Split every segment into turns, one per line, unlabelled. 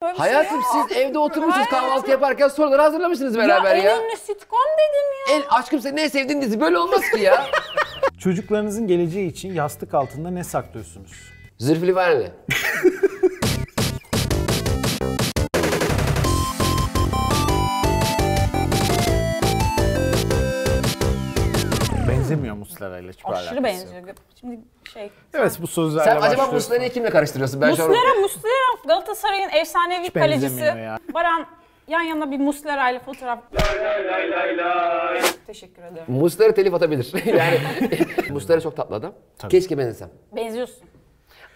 koymuşsun.
Hayatım
ya.
siz evde oturmuşsunuz
Hayatım.
kahvaltı yaparken soruları hazırlamışsınız beraber ya.
Ya en ünlü sitcom dedim ya.
En, aşkım senin en sevdiğin dizi böyle olmaz ki ya.
Çocuklarınızın geleceği için yastık altında ne saklıyorsunuz?
Zülfü Livaneli.
Benzemiyor Muslera'yla hiçbir
Aşırı
alakası yok.
benziyor. Şimdi şey.
Evet bu sözlerle
Sen acaba
başlıyorsun.
Muslera'yı kimle karıştırıyorsun? Ben şu an-
Muslera, Muslera Galatasaray'ın efsanevi kalecisi.
benzemiyor ya.
Baran yan yana bir Muslera ile fotoğraf. Teşekkür ederim.
Muslera telif atabilir. yani Muslera çok tatlı adam. Keşke benzesem.
Benziyorsun.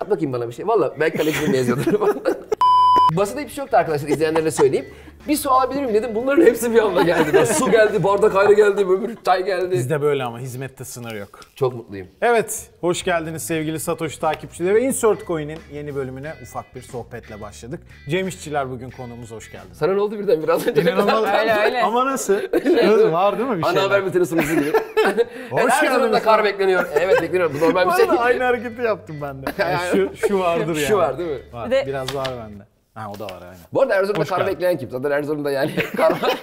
At bakayım bana bir şey. Valla ben kalecinin benziyordur. Basında hiçbir şey yoktu arkadaşlar izleyenlere söyleyeyim. Bir su alabilir miyim dedim. Bunların hepsi bir anda geldi. Ben su geldi, bardak ayrı geldi, öbür çay geldi.
Bizde böyle ama hizmette sınır yok.
Çok mutluyum.
Evet, hoş geldiniz sevgili Satoshi takipçileri. Insert Coin'in yeni bölümüne ufak bir sohbetle başladık. Cem İşçiler bugün konuğumuz, hoş geldiniz.
Sana ne oldu birden biraz önce?
Öyle, öyle.
Ama nasıl? Var değil mi bir şey
Ana
şeyler?
haber bülteni sunucusu gibi.
Hoş
Her
geldiniz.
Erzurum'da kar bekleniyor. Evet bekleniyor. Bu normal bir şey.
Vallahi aynı hareketi yaptım ben de. Yani şu, şu vardır yani.
Şu var değil mi?
Var,
Bir de-
Biraz var bende. Ha o da var aynen.
Bu arada Erzurum'da
Hoş
kar
geldin.
bekleyen kim? Zaten Erzurum'da yani kar var.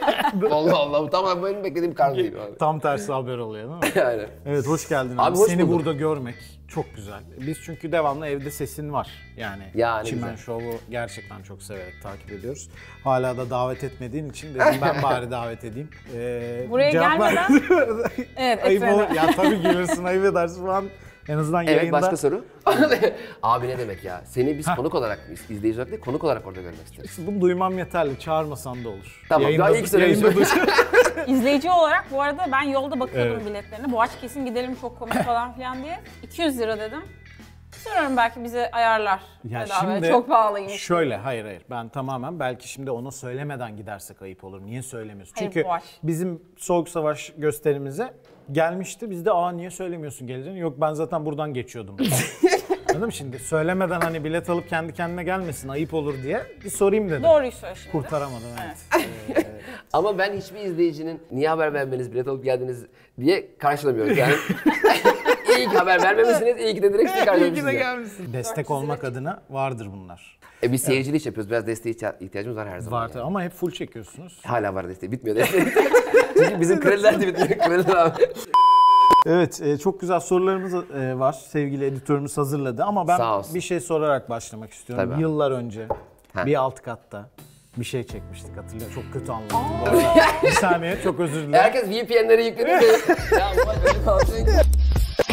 Allah Allah. bu Tamam benim beklediğim kar değil abi.
Tam tersi haber oluyor değil mi?
Yani.
Evet hoş geldin abi.
Abi, hoş
Seni
bulduk.
burada görmek çok güzel. Biz çünkü devamlı evde sesin var. Yani,
Yani
Çimen
güzel.
Show'u gerçekten çok severek takip ediyoruz. Hala da davet etmediğin için dedim ben bari davet edeyim. Ee,
Buraya
cevap ver-
Evet,
ayıp
etmeden.
olur. Ya tabii gelirsin ayıp edersin falan. En azından
Evet
yayında.
başka soru. abi ne demek ya? Seni biz konuk olarak, biz izleyici olarak değil konuk olarak orada görmek isteriz.
Bunu duymam yeterli. Çağırmasan da olur.
Tamam, daha ilk söylemişim.
yayında duş-
İzleyici olarak bu arada ben yolda bakıyordum
Evet.
biletlerine. Bu aç kesin gidelim çok komik falan filan diye. 200 lira dedim. Soruyorum belki bize ayarlar.
Ya
bedava.
şimdi
çok pahalıymış.
Şöyle hayır hayır ben tamamen belki şimdi onu söylemeden gidersek ayıp olur. Niye söylemiyorsun?
Hayır,
Çünkü
bu var.
bizim Soğuk Savaş gösterimize gelmişti. Biz de aa niye söylemiyorsun geleceğini? Yok ben zaten buradan geçiyordum. Anladın mı şimdi? Söylemeden hani bilet alıp kendi kendine gelmesin ayıp olur diye bir sorayım dedim.
Doğruyu söyle şimdi.
Kurtaramadım evet.
Ama ben hiçbir izleyicinin niye haber vermeniz, bilet alıp geldiniz diye karşılamıyorum yani. iyi ki haber vermemişsiniz, iyi ki de direkt size karşılamışsınız. yani.
Destek olmak adına vardır bunlar.
E biz seyircilik yapıyoruz, biraz desteğe ihtiya- ihtiyacımız var her zaman.
Var
yani.
ama hep full çekiyorsunuz.
Hala var desteği, bitmiyor desteği. Çünkü bizim krediler de bitmiyor, krediler abi.
Evet, e, çok güzel sorularımız e, var. Sevgili editörümüz hazırladı ama
Sağ
ben
olsun.
bir şey sorarak başlamak istiyorum.
Tabii abi.
Yıllar önce
Ha.
bir alt katta bir şey çekmiştik hatırlıyorum. Çok kötü anladım bu arada. bir saniye çok özür dilerim.
Herkes VPN'leri yükledi de. ya vay böyle kalsın.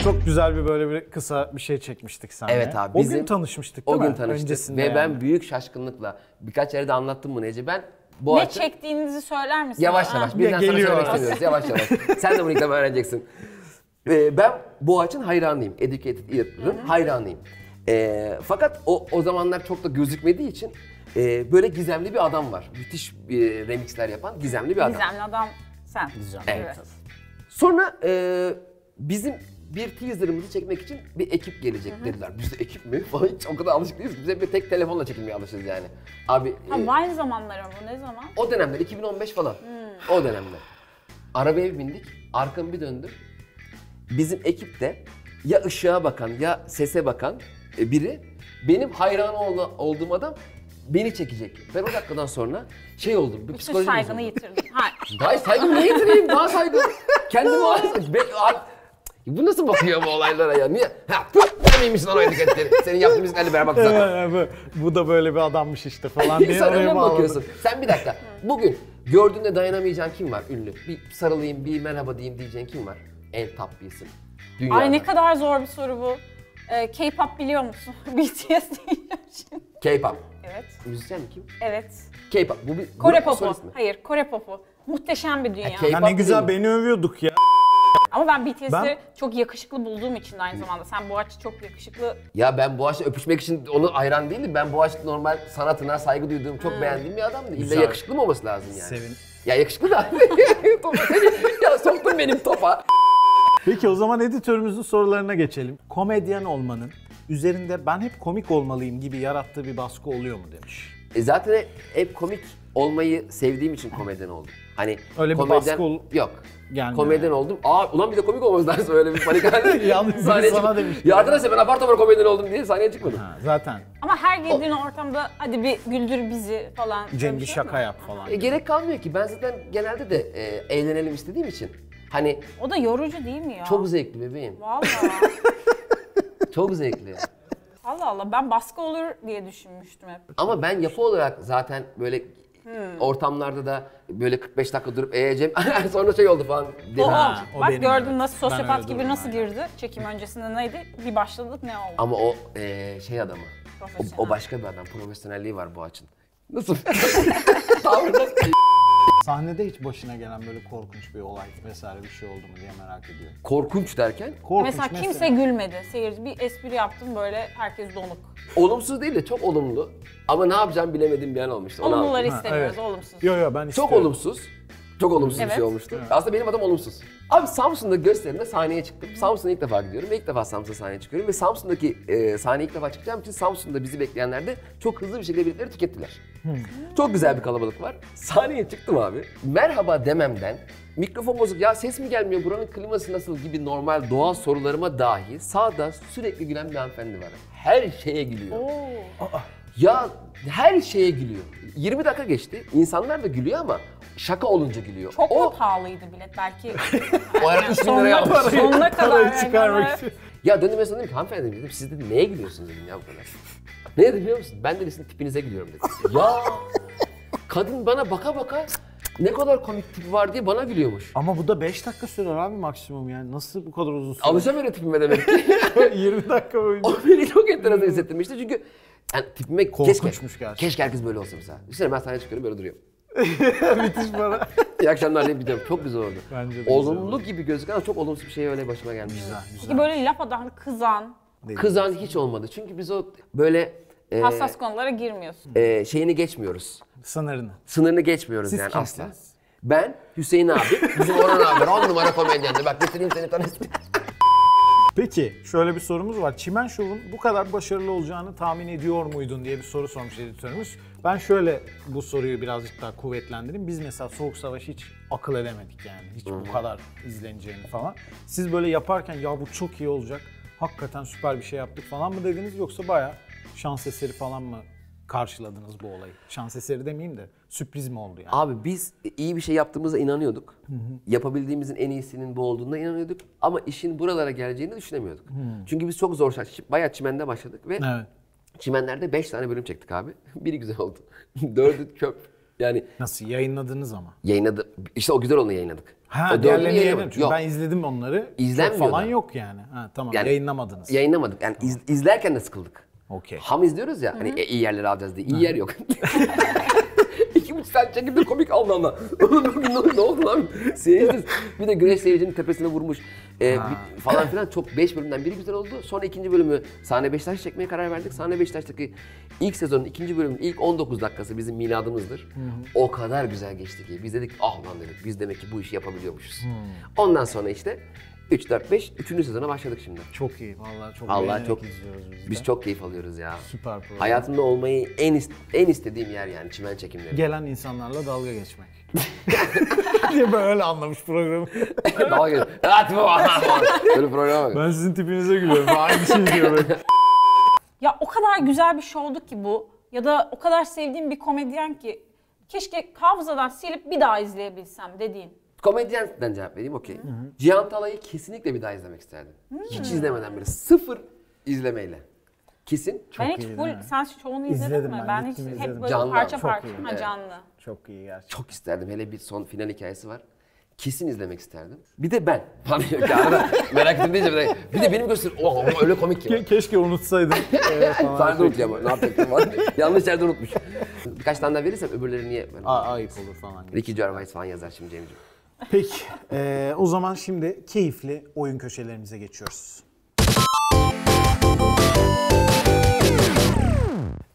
Çok güzel bir böyle bir kısa bir şey çekmiştik seninle.
Evet abi,
O gün
bizim-
tanışmıştık değil
O gün
mi?
tanıştık
Öncesinde
ve ben
yani.
büyük şaşkınlıkla birkaç yerde anlattım bunu Ece ben. Bu
Ne
açı-
çektiğinizi söyler misin?
Yavaş
Ha.
yavaş. Birden sana
Geliyor
söylemek
artık.
istemiyoruz. Yavaş yavaş. Sen de bunu ilk defa öğreneceksin. Ee, ben Boğaç'ın hayranıyım. Educated Ear'ın hayranıyım. Ee, fakat o, o zamanlar çok da gözükmediği için e, böyle gizemli bir adam var. Müthiş e, remixler yapan gizemli bir adam.
Gizemli adam sen. Gizemli.
Evet. Sonra e, bizim bir teaser'ımızı çekmek için bir ekip gelecek dediler. Biz de ekip mi? Falan hiç o kadar alışık değiliz. ki. Biz hep bir tek telefonla çekilmeye alışız yani. Abi
Ha,
e,
Vine zamanları mı? Ne zaman?
O dönemler 2015 falan. O dönemler. Arabaya bindik. Arkamı bir döndüm. Bizim ekipte ya ışığa bakan ya sese bakan e, biri benim hayran ola- olduğum adam beni çekecek. Ben o dakikadan sonra şey oldum. Bir
Bütün
psikolojim
saygını
bozuldu.
yitirdin. Hayır.
Daha saygımı ne yitireyim? Daha saygı. Kendimi ağzım. Be- a- bu nasıl bakıyor bu olaylara ya? Niye? Ha, püh, demeymiş lan o etiketleri. Senin yaptığın müziklerle berbat zaten.
Evet, evet, bu, bu da böyle bir adammış işte falan diye
İnsan
oraya
önüne mi
bağladım.
bakıyorsun. Sen bir dakika. Bugün gördüğünde dayanamayacağın kim var ünlü? Bir sarılayım, bir merhaba diyeyim diyeceğin kim var? En top bir isim. Dünyada.
Ay ne kadar zor bir soru bu. Ee, K-pop biliyor musun? BTS diyeceğim şimdi.
K-pop.
Evet.
Müzisyen mi kim?
Evet.
K-pop. Bu bir
Kore
grup
popu.
solist mi?
Hayır Kore popu. Muhteşem bir dünya.
Ha, K-
Ya ne
Bak
güzel
dedim.
beni övüyorduk ya.
Ama ben BTS'i
Ben-
çok yakışıklı bulduğum için de aynı zamanda. Sen Boğaç'ı çok yakışıklı.
Ya ben Boğaç'la öpüşmek için onu hayran değildim. Ben Boğaç normal sanatına saygı duyduğum, çok beğendiğim bir adamdı. İlla
Güzel.
yakışıklı mı olması lazım yani?
Sevin.
Ya yakışıklı da. Topa seni. Ya soktun benim topa.
Peki o zaman editörümüzün sorularına geçelim. Komedyen olmanın üzerinde ben hep komik olmalıyım gibi yarattığı bir baskı oluyor mu demiş.
E zaten hep, hep komik olmayı sevdiğim için komedyen oldum. Hani
Öyle bir
komedyen,
baskı ol-
yok.
Gelmiyor.
Komedyen oldum. Aa ulan bir de komik olmamız lazım öyle bir panik halinde.
Yalnız biri
Sahneye
sana
çık-
demiş.
Ya arkadaşlar ben apar topar komedyen oldum diye sahneye çıkmadım.
Ha, zaten
Ama her girdiğin ortamda hadi bir güldür bizi falan.
Cem bir şaka yap falan.
E, gerek kalmıyor ki. Ben zaten genelde de e, eğlenelim istediğim için. Hani
O da yorucu değil mi ya?
çok zevkli bebeğim.
Vallahi.
Çok zevkli.
Allah Allah ben baskı olur diye düşünmüştüm hep.
Ama ben yapı olarak zaten böyle ortamlarda da böyle 45 dakika durup ee Cem sonra şey oldu falan. derim.
Ha,
o,
o
bak
benim,
gördün
evet.
nasıl
Ben
sosyopat
öyle
gibi
dururum,
nasıl
aynen. Ah,
girdi. Çekim öncesinde neydi? Bir başladık ne oldu?
Ama o e, şey adamı. O,
Profesyonel.
o başka bir adam. Profesyonelliği var bu açın. Nasıl? şey- Tavrı nasıl?
Sahnede hiç başına gelen böyle korkunç bir olay vesaire bir şey oldu mu diye merak ediyorum.
Korkunç derken
Korkunç
mesela kimse gülmedi. Seyirci bir espri yaptım böyle herkes donuk.
olumsuz değil de çok olumlu. Ama ne yapacağım bilemedim bir an olmuştu. Onu
Olumluları
anlatayım.
istemiyoruz
evet.
olumsuz.
Yo yo ben
Çok
istiyorum.
olumsuz. Çok olumsuz bir
Evet.
şey olmuştu. Aslında benim adam olumsuz. Abi Samsun'da gösterimde sahneye çıktım. Samsun'a ilk defa gidiyorum ve ilk defa Samsun'a sahneye çıkıyorum. Ve Samsun'daki e, sahneye ilk defa çıkacağım için Samsun'da bizi bekleyenler de çok hızlı bir şekilde biletleri tükettiler. Çok güzel bir kalabalık var. Sahneye çıktım abi. Merhaba dememden mikrofon bozuk ya ses mi gelmiyor buranın kliması nasıl gibi normal doğal sorularıma dahi sağda sürekli gülen bir hanımefendi var. Her şeye gülüyor.
Oo.
Ya her şeye gülüyor. 20 dakika geçti. İnsanlar da gülüyor ama şaka olunca gülüyor.
Çok
o
mu pahalıydı bilet belki?
o ara 3 bin liraya
sonuna,
almış.
sonuna kadar.
Parayı
yani.
çıkarmak için.
Ya döndüm en son dedim ki hanımefendi dedim siz dedim neye gülüyorsunuz dedim ya bu kadar. Ne dedi biliyor musun? Ben de sizin tipinize gülüyorum dedim. ya kadın bana baka baka ne kadar komik tipi var diye bana gülüyormuş.
Ama bu da 5 dakika sürer abi maksimum yani. Nasıl bu kadar uzun sürer?
Alışamıyor tipime demek ki.
20 dakika boyunca.
O beni çok enteresan hissettirmişti çünkü yani tipime
Hmm. Korkunçmuş
keşke,
gerçekten.
keşke herkes böyle olsa mesela. Düşünsene ben sahneye çıkıyorum böyle duruyorum.
Müthiş bana.
İyi akşamlar diye bitiyorum. Çok güzel oldu.
Bence de güzel
Olumlu gibi gözüken ama çok olumsuz bir şey öyle başıma gelmiş.
Güzel
Peki
güzel.
böyle lafadan kızan,
Kızan hiç olmadı. Çünkü biz o böyle
Ee,
e,
hassas konulara girmiyorsun.
e, şeyini geçmiyoruz.
Sınırını.
Sınırını geçmiyoruz
Siz
yani asla.
kimsiniz?
Ben Hüseyin abi, bizim Orhan abi, var, on numara komedyendi. Bak getireyim seni tanıştım.
Peki şöyle bir sorumuz var. Çimen Show'un bu kadar başarılı olacağını tahmin ediyor muydun diye bir soru sormuş editörümüz. Ben şöyle bu soruyu birazcık daha kuvvetlendireyim. Biz mesela Soğuk Savaş'ı hiç akıl edemedik yani. Hiç bu kadar izleneceğini falan. Siz böyle yaparken ya bu çok iyi olacak, hakikaten süper bir şey yaptık falan mı dediniz yoksa bayağı şans eseri falan mı karşıladınız bu olayı? Şans eseri demeyeyim de sürpriz mi oldu yani?
Abi biz iyi bir şey yaptığımıza inanıyorduk. Yapabildiğimizin en iyisinin bu olduğuna inanıyorduk. Ama işin buralara geleceğini düşünemiyorduk. Çünkü biz çok zor şaşırdık. Bayağı çimende başladık ve
Evet.
çimenlerde 5 tane bölüm çektik abi. Biri güzel oldu. Dördü çöp. Yani
Nasıl yayınladınız ama?
yayınladı. İşte o güzel olanı yayınladık.
Ha
O dördünü
diğerlerini yayınladım.
yayınlamadık.
Çünkü
Yok.
ben izledim onları. Çok
İzlenmiyor
falan
da.
yok yani. Ha tamam
Yani-
yayınlamadınız.
Yayınlamadık. Yani iz- izlerken de sıkıldık.
Okey.
Ham izliyoruz ya hani e, iyi yerleri alacağız diye. İyi yer yok. İki buçuk saat çekildi komik Allah Allah. Bugün ne, ne oldu lan? Seyirciyiz. Bir de güneş seyircinin tepesine vurmuş. E, bir- falan filan çok 5 bölümden biri güzel oldu. Sonra ikinci bölümü Sahne Beşiktaş çekmeye karar verdik. Sahne Beşiktaş'taki ilk sezonun ikinci bölümünün ilk 19 dakikası bizim miladımızdır. O kadar güzel geçti ki biz dedik ah lan dedik biz demek ki bu işi yapabiliyormuşuz. Ondan sonra işte 3 4 5 3. sezona başladık şimdi.
Çok iyi. Vallahi çok
Vallahi
beğenerek
çok-
izliyoruz biz. de.
Biz çok keyif alıyoruz ya.
süper program.
Hayatımda olmayı en ist- en istediğim yer yani çimen çekimleri.
Gelen insanlarla dalga geçmek. diye böyle anlamış programı.
Dalga geçiyor. At bu adam. Böyle programa bak.
Ben sizin tipinize gülüyorum. Aynı şey diyor böyle.
Ya o kadar güzel bir şey oldu ki bu. Ya da o kadar sevdiğim bir komedyen ki keşke hafızadan silip bir daha izleyebilsem dediğin.
Komedyenden cevap vereyim okey. Cihan Talay'ı kesinlikle bir daha izlemek isterdim.
Hmm.
Hiç izlemeden beri. Sıfır izlemeyle. Kesin.
ben hiç
iyi,
full,
değil mi?
sen çoğunu izledin
İzledim
mi?
ben,
Ben hiç
gittim
hep
izledim.
böyle
Canlı.
parça
Çok
parça
iyi,
ha,
evet.
canlı.
Çok iyi gerçekten.
Çok isterdim. Hele bir son final hikayesi var. Kesin izlemek isterdim. Bir de ben. Falan yok ya, arada merak ettim diyeceğim. Bir de- Bir de benim göster. Oh, oh, öyle komik ki.
Ke- keşke unutsaydım. Evet, falan.
Sahnede unutuyor ama. Ne yapacaktım falan. Yanlış yerde unutmuş. Birkaç tane daha verirsem öbürleri niye böyle.
Aa, ayıp olur falan.
Ricky Gervais falan yazar şimdi Cemciğim.
Peki. eee, o zaman şimdi keyifli oyun köşelerimize geçiyoruz.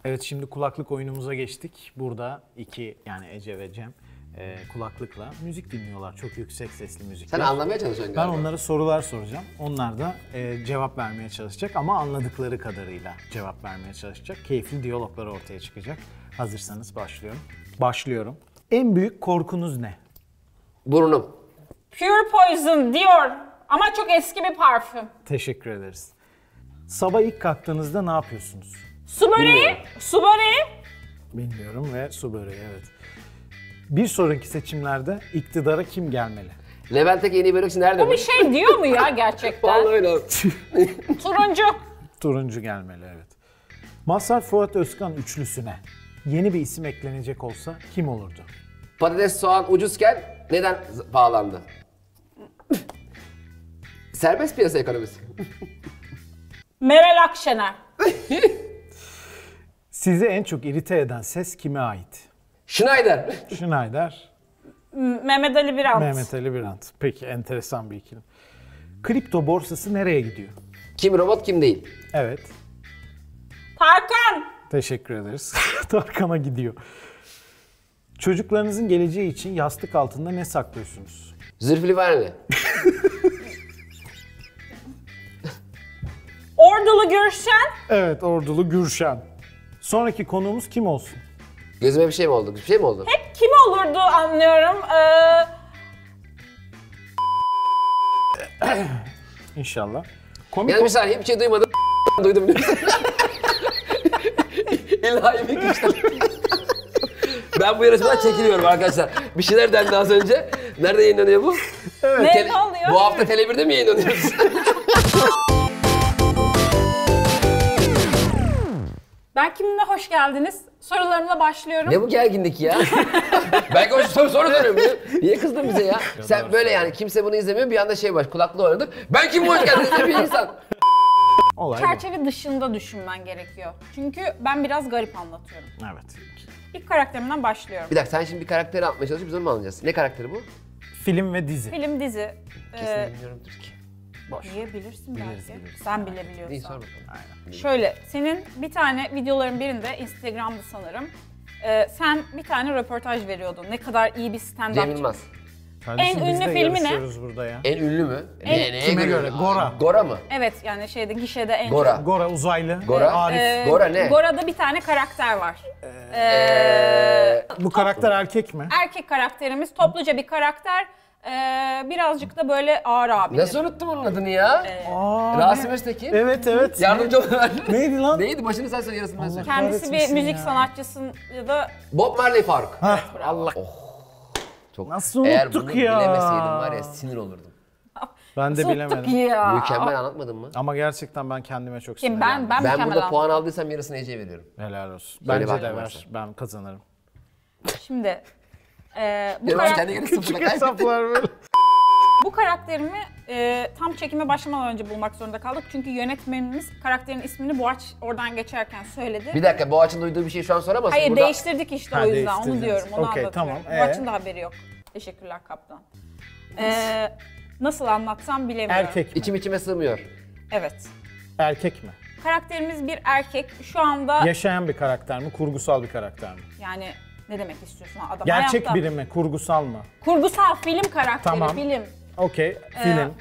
Evet şimdi kulaklık oyunumuza geçtik. Burada iki yani Ece ve Cem e, kulaklıkla müzik dinliyorlar. Çok yüksek sesli müzik.
Sen anlamaya çalışıyorsun
Ben
galiba.
onlara sorular soracağım. Onlar da e, cevap vermeye çalışacak ama anladıkları kadarıyla cevap vermeye çalışacak. Keyifli diyaloglar ortaya çıkacak. Hazırsanız başlıyorum. Başlıyorum. En büyük korkunuz ne?
Burnum.
Pure Poison diyor ama çok eski bir parfüm.
Teşekkür ederiz. Sabah ilk kalktığınızda ne yapıyorsunuz?
Su böreği, su böreği.
Bilmiyorum ve su böreği evet. Bir sonraki seçimlerde iktidara kim gelmeli?
Levent Ege yeni bölüm için nerede?
Bu bir şey diyor mu ya gerçekten?
Vallahi öyle abi.
Turuncu.
Turuncu gelmeli evet. Mazhar Fuat Özkan üçlüsüne yeni bir isim eklenecek olsa kim olurdu?
Patates, soğan ucuzken neden z- pahalandı? Serbest piyasa ekonomisi.
Meral Akşener.
Sizi en çok irite eden ses kime ait?
Schneider.
Schneider,
M- Mehmet Ali Birant.
Mehmet Ali Birant. Peki enteresan bir ikili. Kripto borsası nereye gidiyor?
Kim robot kim değil.
Evet,
Tarkan.
teşekkür ederiz. Tarkan'a gidiyor. Çocuklarınızın geleceği için yastık altında ne saklıyorsunuz?
Zülfü Livaneli.
Ordulu Gürşen.
Evet, Ordulu Gürşen. Sonraki konuğumuz kim olsun?
Gözüme bir şey mi oldu? Bir şey mi oldu?
Hep kim olurdu anlıyorum. Ee,
İnşallah. Komik
Yani bir saniye bir şey duymadım. Duydum. İlahi bir kişi. ben bu yarışmadan çekiliyorum arkadaşlar. Bir şeyler dendi az önce. Nerede yayınlanıyor bu?
ne
Tele-
oluyor?
Bu hafta Tele 1'de mi yayınlanıyoruz?
Ben kimimle hoş geldiniz? Sorularımla başlıyorum.
ne bu gerginlik ya? ben hoş soru soru soruyorum. Niye, niye kızdın bize ya? Sen böyle yani kimse bunu izlemiyor. Bir anda şey baş kulaklığı oynadık. Ben kim hoş geldiniz diye bir insan.
olay bu.
Çerçeve dışında düşünmen gerekiyor. Çünkü ben biraz garip anlatıyorum.
Evet.
İlk karakterimden başlıyorum.
Bir dakika sen şimdi bir karakteri anlatmaya çalışıyorsun. Biz onu mu anlayacağız? Ne karakteri bu?
Film ve dizi.
Film, dizi.
Kesin
Ee,
bilmiyorum Türkiye.
Boş.
niye bilirsin
Biliriz,
belki?
biliriz.
Sen bile
İyi sor
biliyorsan.
bakalım.
Şöyle, senin bir tane videoların birinde, Instagram'da sanırım, ee, sen bir tane röportaj veriyordun. Ne kadar iyi bir
Cem
stand-upçı.
Yılmaz.
Kardeşim,
En
biz
ünlü
de
filmi ne?
yarışıyoruz burada ya.
En ünlü mü? Ne- neye
Kime göre?
ünlü?
Gora.
Gora mı?
Evet, yani şeyde, gişede en
Gora.
E- Gora uzaylı. E,
Gora.
Arif.
Ee,
Gora ne?
Gora'da bir tane karakter var. Ee,
Bu karakter erkek mi?
erkek karakterimiz topluca bir karakter. Ee, birazcık da böyle ağır abi.
Nasıl unuttum onun adını ya?
Aa,
Rasim
ne-
Öztekin.
Evet evet.
Yardımcı olan.
Neydi lan?
Neydi? Başını sen söyle yarısını ben söyle.
Kendisi bir
Kahretmesin
müzik
ya.
sanatçısı ya da
Bob Marley Faruk.
Hah.
Allah. Oh. Çok.
Nasıl
Eğer bunu
unuttuk ya?
bilemeseydim var ya sinir olurdum.
Ben de
tuttuk
bilemedim.
ya.
Mükemmel anlatmadın mı?
Ama gerçekten ben kendime çok
Kim? Ben,
sinirlendim.
ben,
Ben
mükemmel
burada
anladım.
puan aldıysam yarısını Ece'ye veriyorum.
Helal olsun.
Söyle
Bence de
bakayım
ver.
varsa.
Ben kazanırım.
Şimdi e, bu,
Yarısı
karak-
kendi yarısı sıfıra kaybetti.
hesaplar böyle.
bu karakterimi e, tam çekime başlamadan önce bulmak zorunda kaldık. Çünkü yönetmenimiz karakterin ismini Boğaç oradan geçerken söyledi.
Bir dakika Boğaç'ın duyduğu bir şey şu an soramazsın.
Hayır
Burada-
değiştirdik işte
Ha,
o yüzden onu
değiştirdiniz.
diyorum onu
Okey,
anlatıyorum.
tamam, ee?
Maçın da haberi yok. Teşekkürler kaptan. Ee, nasıl anlatsam bilemiyorum.
Erkek mi?
İçim içime sığmıyor.
Evet.
Erkek mi?
Karakterimiz bir erkek. Şu anda
Yaşayan bir karakter mi? Kurgusal bir karakter mi?
yani ne demek istiyorsun adam
Gerçek
hayatta.
biri mi? Kurgusal mı?
Kurgusal film karakteri
Tamam.
film.
Okey.
Ee,
Film.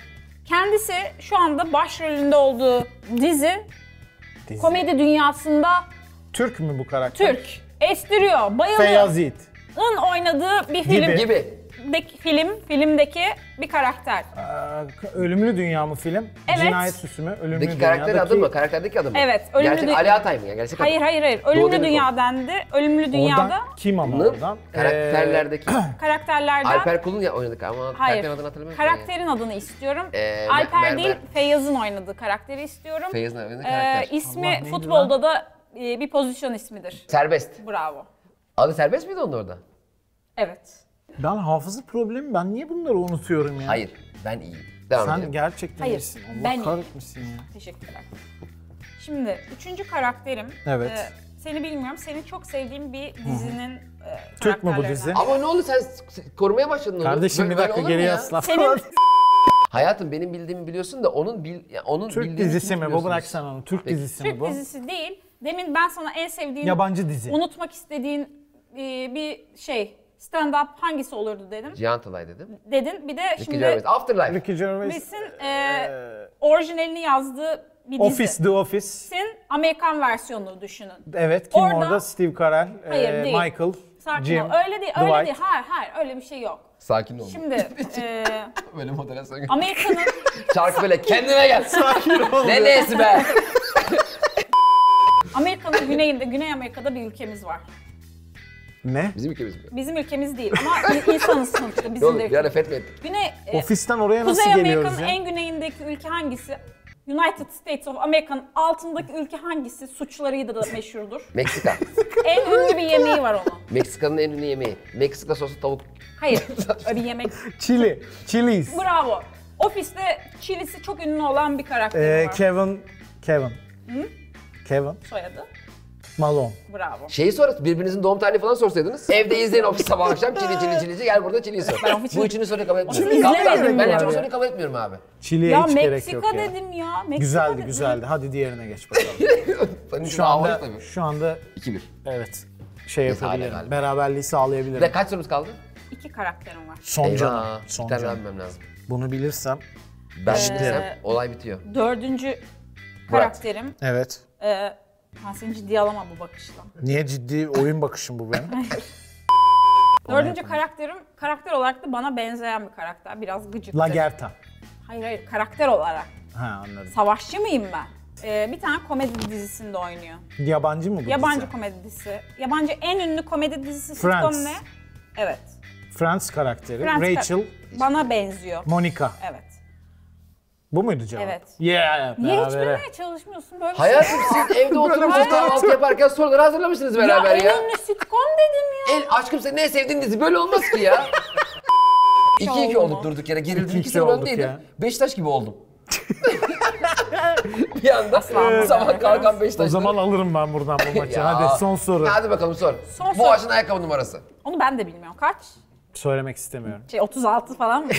Kendisi şu anda başrolünde olduğu dizi
dizi.
komedi dünyasında
Türk mü bu karakter?
Türk. Estiriyor, bayılıyor.
Feyyaz Yiğit.
In oynadığı bir film,
Gibi.
Gibi.
deki- film, filmdeki bir karakter.
Aa, Ee, Ölümlü Dünya mı film?
Evet.
Cinayet Süsü mü? Ölümlü
Deki
Dünya'daki...
karakterin adı mı? Karakterdeki adı mı?
Evet, ölümlü
Gerçek
değil.
Ali Atay mı ya? Gerçek
Hayır
adı.
hayır hayır.
Doğu
Ölümlü
Demirkol.
Dünya dendi. Ölümlü Dünya'da
Oradan kim ama
Bunun
oradan? Ee,
Karakterlerdeki.
karakterlerden
Alper Kulun ya oynadık ama
hayır.
karakterin adını hatırlamıyorum. ben ya.
Karakterin adını istiyorum.
Ee,
Alper
Mer-
değil,
Mermer.
Feyyaz'ın oynadığı karakteri istiyorum.
Feyyaz'ın oynadığı
Ee,
karakter.
Allah
ismi
neydi
futbolda da e, bir pozisyon ismidir.
Serbest.
Bravo.
Adı serbest miydi onun orada?
Evet.
Ben hafıza problemi ben niye bunları unutuyorum ya?
Hayır. Ben iyiyim. Devam
Sen
edelim.
gerçekten
Hayır,
iyisin. Allah
ben iyiyim.
kahretmesin ya.
Teşekkürler. Şimdi üçüncü karakterim.
Evet.
e, seni bilmiyorum. Seni çok sevdiğim bir dizinin e,
Türk mü bu
karakterlerinden.
dizi?
Ama ne oldu sen s- s- korumaya başladın onu.
Kardeşim
Böyle-
bir
böyle
dakika
olur mu
geri
ya?
yaslan.
Senin-
Hayatım benim bildiğimi biliyorsun da onun bil, ya onun
Türk
bildiğini
dizisi mi bu?
bilmiyorsunuz.
Bırak sen onu. Türk dizisi mi
Türk
bu?
dizisi değil. Demin ben sana en sevdiğin,
Yabancı dizi.
unutmak istediğin e, bir şey stand-up hangisi olurdu dedim.
Cihan Talay dedim.
Dedin. Bir de
Ricky
şimdi
Gervais. Afterlife.
Ricky Gervais.
Chris'in e, orijinalini yazdığı bir dizi.
Office, The Office.
Chris'in Amerikan versiyonunu düşünün.
Evet, kim
Orada-
orada? Steve Carell,
Hayır,
e,
değil.
Michael,
Sakin
Jim,
ol. Öyle değil, öyle
Dwight.
değil. Hayır, hayır. Öyle bir şey yok.
Sakin ol.
Şimdi e,
Böyle moderasyon.
Amerika'nın
Şarkı böyle kendine gel.
Sakin ol.
ne nesi be?
Amerika'nın güneyinde, Güney Amerika'da bir ülkemiz var.
Ne?
Bizim ülkemiz mi?
Bizim ülkemiz değil ama in- insanız sonuçta
Ne
bizim
oldu?
de
Bir ara
ülkemiz.
fethettik.
Güney, e,
Ofisten oraya nasıl
Kuzey
geliyoruz
Amerika'nın
ya?
en güneyindeki ülke hangisi? United States of America'nın altındaki ülke hangisi? Suçlarıyla da meşhurdur.
Meksika.
en ünlü bir yemeği var onun.
Meksika'nın en ünlü yemeği. Meksika sosu tavuk.
Hayır, öyle bir yemek.
Chili, Chili's.
Bravo. Ofiste Chili'si çok ünlü olan bir karakter
E,
var.
Kevin, Kevin. Kevin
Soyadı.
Malone.
Bravo.
Şeyi sor, birbirinizin doğum tarihini falan sorsaydınız. Evde izleyin ofis sabah akşam çili çili çilici gel burada çiliyi sor.
Ben ofis-
Bu üçünü soruyu kabul etmiyorum.
Ofis
Kabul
izlemedim
etmiyorum.
ya.
Ben hiçbir soruyu kabul etmiyorum abi.
Chili'ye
Ya
hiç gerek yok
Meksika
ya.
dedim ya. Meksika
Güzeldi,
dedim.
güzeldi. Hadi diğerine geç bakalım.
Senin için
Şu
havalı
anda,
tabii.
şu anda
2-1.
evet şey
Biz hala
yapabilirim.
galiba.
Beraberliği
Bir
sağlayabilirim.
de kaç sorumuz kaldı?
İki karakterim var.
Son
Eyvah.
canım,
Bir
son
tane daha
canım.
bilmem lazım.
Bunu bilirsem,
Ben
Ee,
bilirsem olay bitiyor.
Dördüncü
Murat.
karakterim.
evet.
Ee, ben seni ciddiye alamam bu bakışla.
Niye ciddi oyun bakışım bu benim?
Dördüncü karakterim karakter olarak da bana benzeyen bir karakter. Biraz gıcıktır.
Lagerta.
Hayır hayır karakter olarak.
Ha anladım.
Savaşçı mıyım ben? Ee, bir tane komedi dizisinde oynuyor.
Yabancı mı bu
Yabancı
dizi?
komedi dizisi. Yabancı en ünlü komedi dizisi
Friends.
sitcom ne? Evet.
Friends karakteri.
Friends kar-
Rachel,
Bana benziyor.
Monica.
Evet.
Bu muydu cevap?
Evet.
Yeah,
Niye hiç
berabere.
bilmeye çalışmıyorsun böyle bir şey?
Hayatım siz evde oturup
Hayatım.
kahvaltı yaparken soruları hazırlamışsınız
şey? Ya
beraber ya.
en ünlü sitcom dedim ya.
El aşkım senin en sevdiğin dizi böyle olmaz ki ya. 2-2
oldu mu?
olduk durduk yere gerildim.
İki
2
iki
sene
olduk
öndeydim.
ya.
Beşiktaş gibi oldum. bir anda
Asla.
sabah kalkan Beşiktaş.
O zaman alırım ben buradan bu maçı.
Ya.
Hadi son soru.
Hadi bakalım sor.
Son soru.
Boğaç'ın ayakkabı numarası.
Onu ben de bilmiyorum. Kaç?
Söylemek istemiyorum.
Şey 36 falan mı?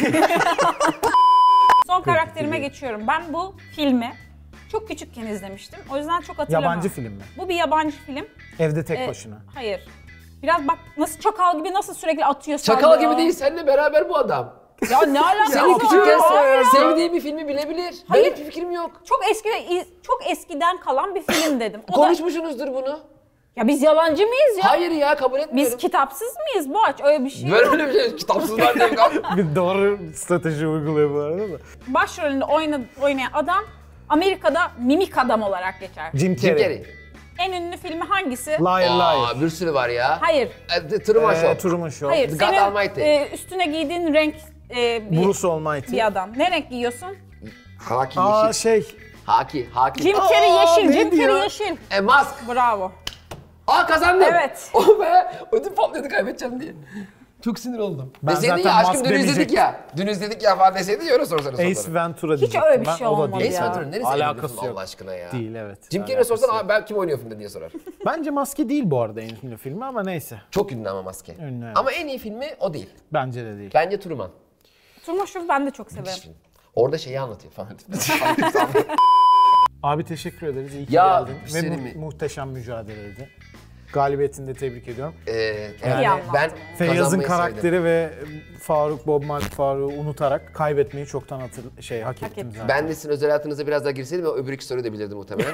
Son karakterime geçiyorum. Ben bu filmi çok küçükken izlemiştim. O yüzden çok hatırlamıyorum.
Yabancı film mi?
Bu bir yabancı film.
Evde tek
Ee,
başına.
Hayır. Biraz bak nasıl çakal gibi nasıl sürekli atıyor
Çakal
sallıyor.
gibi değil seninle beraber bu adam.
Ya ne alakası
Senin
var?
küçükken
Hayır.
sevdiği bir filmi bilebilir. Hayır. Benim hiçbir fikrim yok.
Çok eskide çok eskiden kalan bir film dedim. O da
Konuşmuşsunuzdur bunu.
ya biz yalancı mıyız ya?
Hayır ya kabul
Biz
etmiyorum.
kitapsız mıyız Boğaç? Öyle bir şey yok.
Böyle bir şey kitapsızlar diye kal-
Bir doğru strateji uyguluyor bu arada da.
Başrolünde oyna, oynayan adam Amerika'da mimik adam olarak geçer.
Jim
Jim
Carrey.
Carrey.
En ünlü filmi hangisi?
Liar Liar.
Aa, bir sürü var ya.
Hayır.
E, The Truman
Ee,
Show.
Truman Show.
Hayır.
God
Senin
Almighty.
e, üstüne giydiğin renk e, bir,
Bruce Almighty.
bir adam. Ne renk giyiyorsun?
Haki
Aa
yeşil.
şey.
Haki, haki.
Jim Carrey
Aa,
yeşil.
ne
Jim Carrey
diyor?
yeşil.
E, mask.
Bravo.
Aa kazandım.
Evet.
Oh be. Ödüm patladı kaybedeceğim diye. Çok sinir oldum.
Ben
deseydin
zaten
ya aşkım
mask
dün izledik
demeyecektim.
ya. Dün izledik ya falan deseydin ya öyle sorsanız
Ace Ventura diyecektim.
öyle bir
ben,
şey
o da
olmadı
değil.
ya.
Ace Ventura'nın neresi
Alakası
Alakası
yok.
Allah aşkına ya.
Değil evet.
Jim Carrey
Alakası
sorsan
yok.
"Aa, ben kim oynuyor filmde diye sorar.
Bence maske değil bu arada en ünlü filmi ama neyse.
Çok ünlü ama maske.
Ünlü, evet.
Ama en iyi filmi o değil.
Bence de değil.
Bence Truman.
Truman Show ben de çok severim.
Orada şeyi anlatıyor falan.
Abi teşekkür ederiz. İyi ki
Ya,
geldin.
bir
Ve
şey
bu
mi?
muhteşem mücadeleydi. Galibiyetini de tebrik ediyorum.
ee,
İyi
yani
anlattın.
ben
Feyyaz'ın
kazanmayı sevdim.
karakteri ve Faruk Bob Marley Faruk'u unutarak kaybetmeyi çoktan hatır, şey hak, ettim
ettim.
zaten.
Ben de sizin özel hayatınıza biraz daha girseydim o öbür iki soruyu da bilirdim muhtemelen.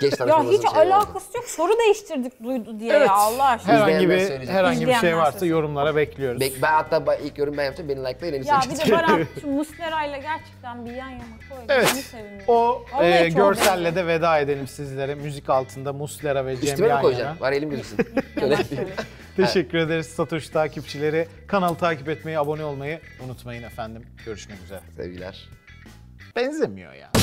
Geç
Ya
tanışmamızın
hiç
şeyi oldu.
alakası yok. Soru değiştirdik duydu diye ya Allah aşkına.
Herhangi
İzleyenler
bir
söyleyecek.
herhangi bir şey
İzleyenler
varsa
söyleyecek.
yorumlara bekliyoruz.
Bek- Ben hatta ba- ilk yorum ben yapacağım. Beni likelayın. en iyisi
Ya
geçin.
bir de Baran şu Muslera'yla gerçekten bir yan yana koydum. Onu
evet.
sevindim.
O
Vallahi
e,
çok
görselle de veda edelim sizlere. Müzik altında Muslera ve Cem
Üstüme
yan
mi
yana.
koyacağım? Var elim gözüksün.
Yalan söylüyor.
Teşekkür ederiz Satoş takipçileri. Kanalı takip etmeyi, abone olmayı unutmayın efendim. Görüşmek üzere.
Sevgiler.
Benzemiyor ya.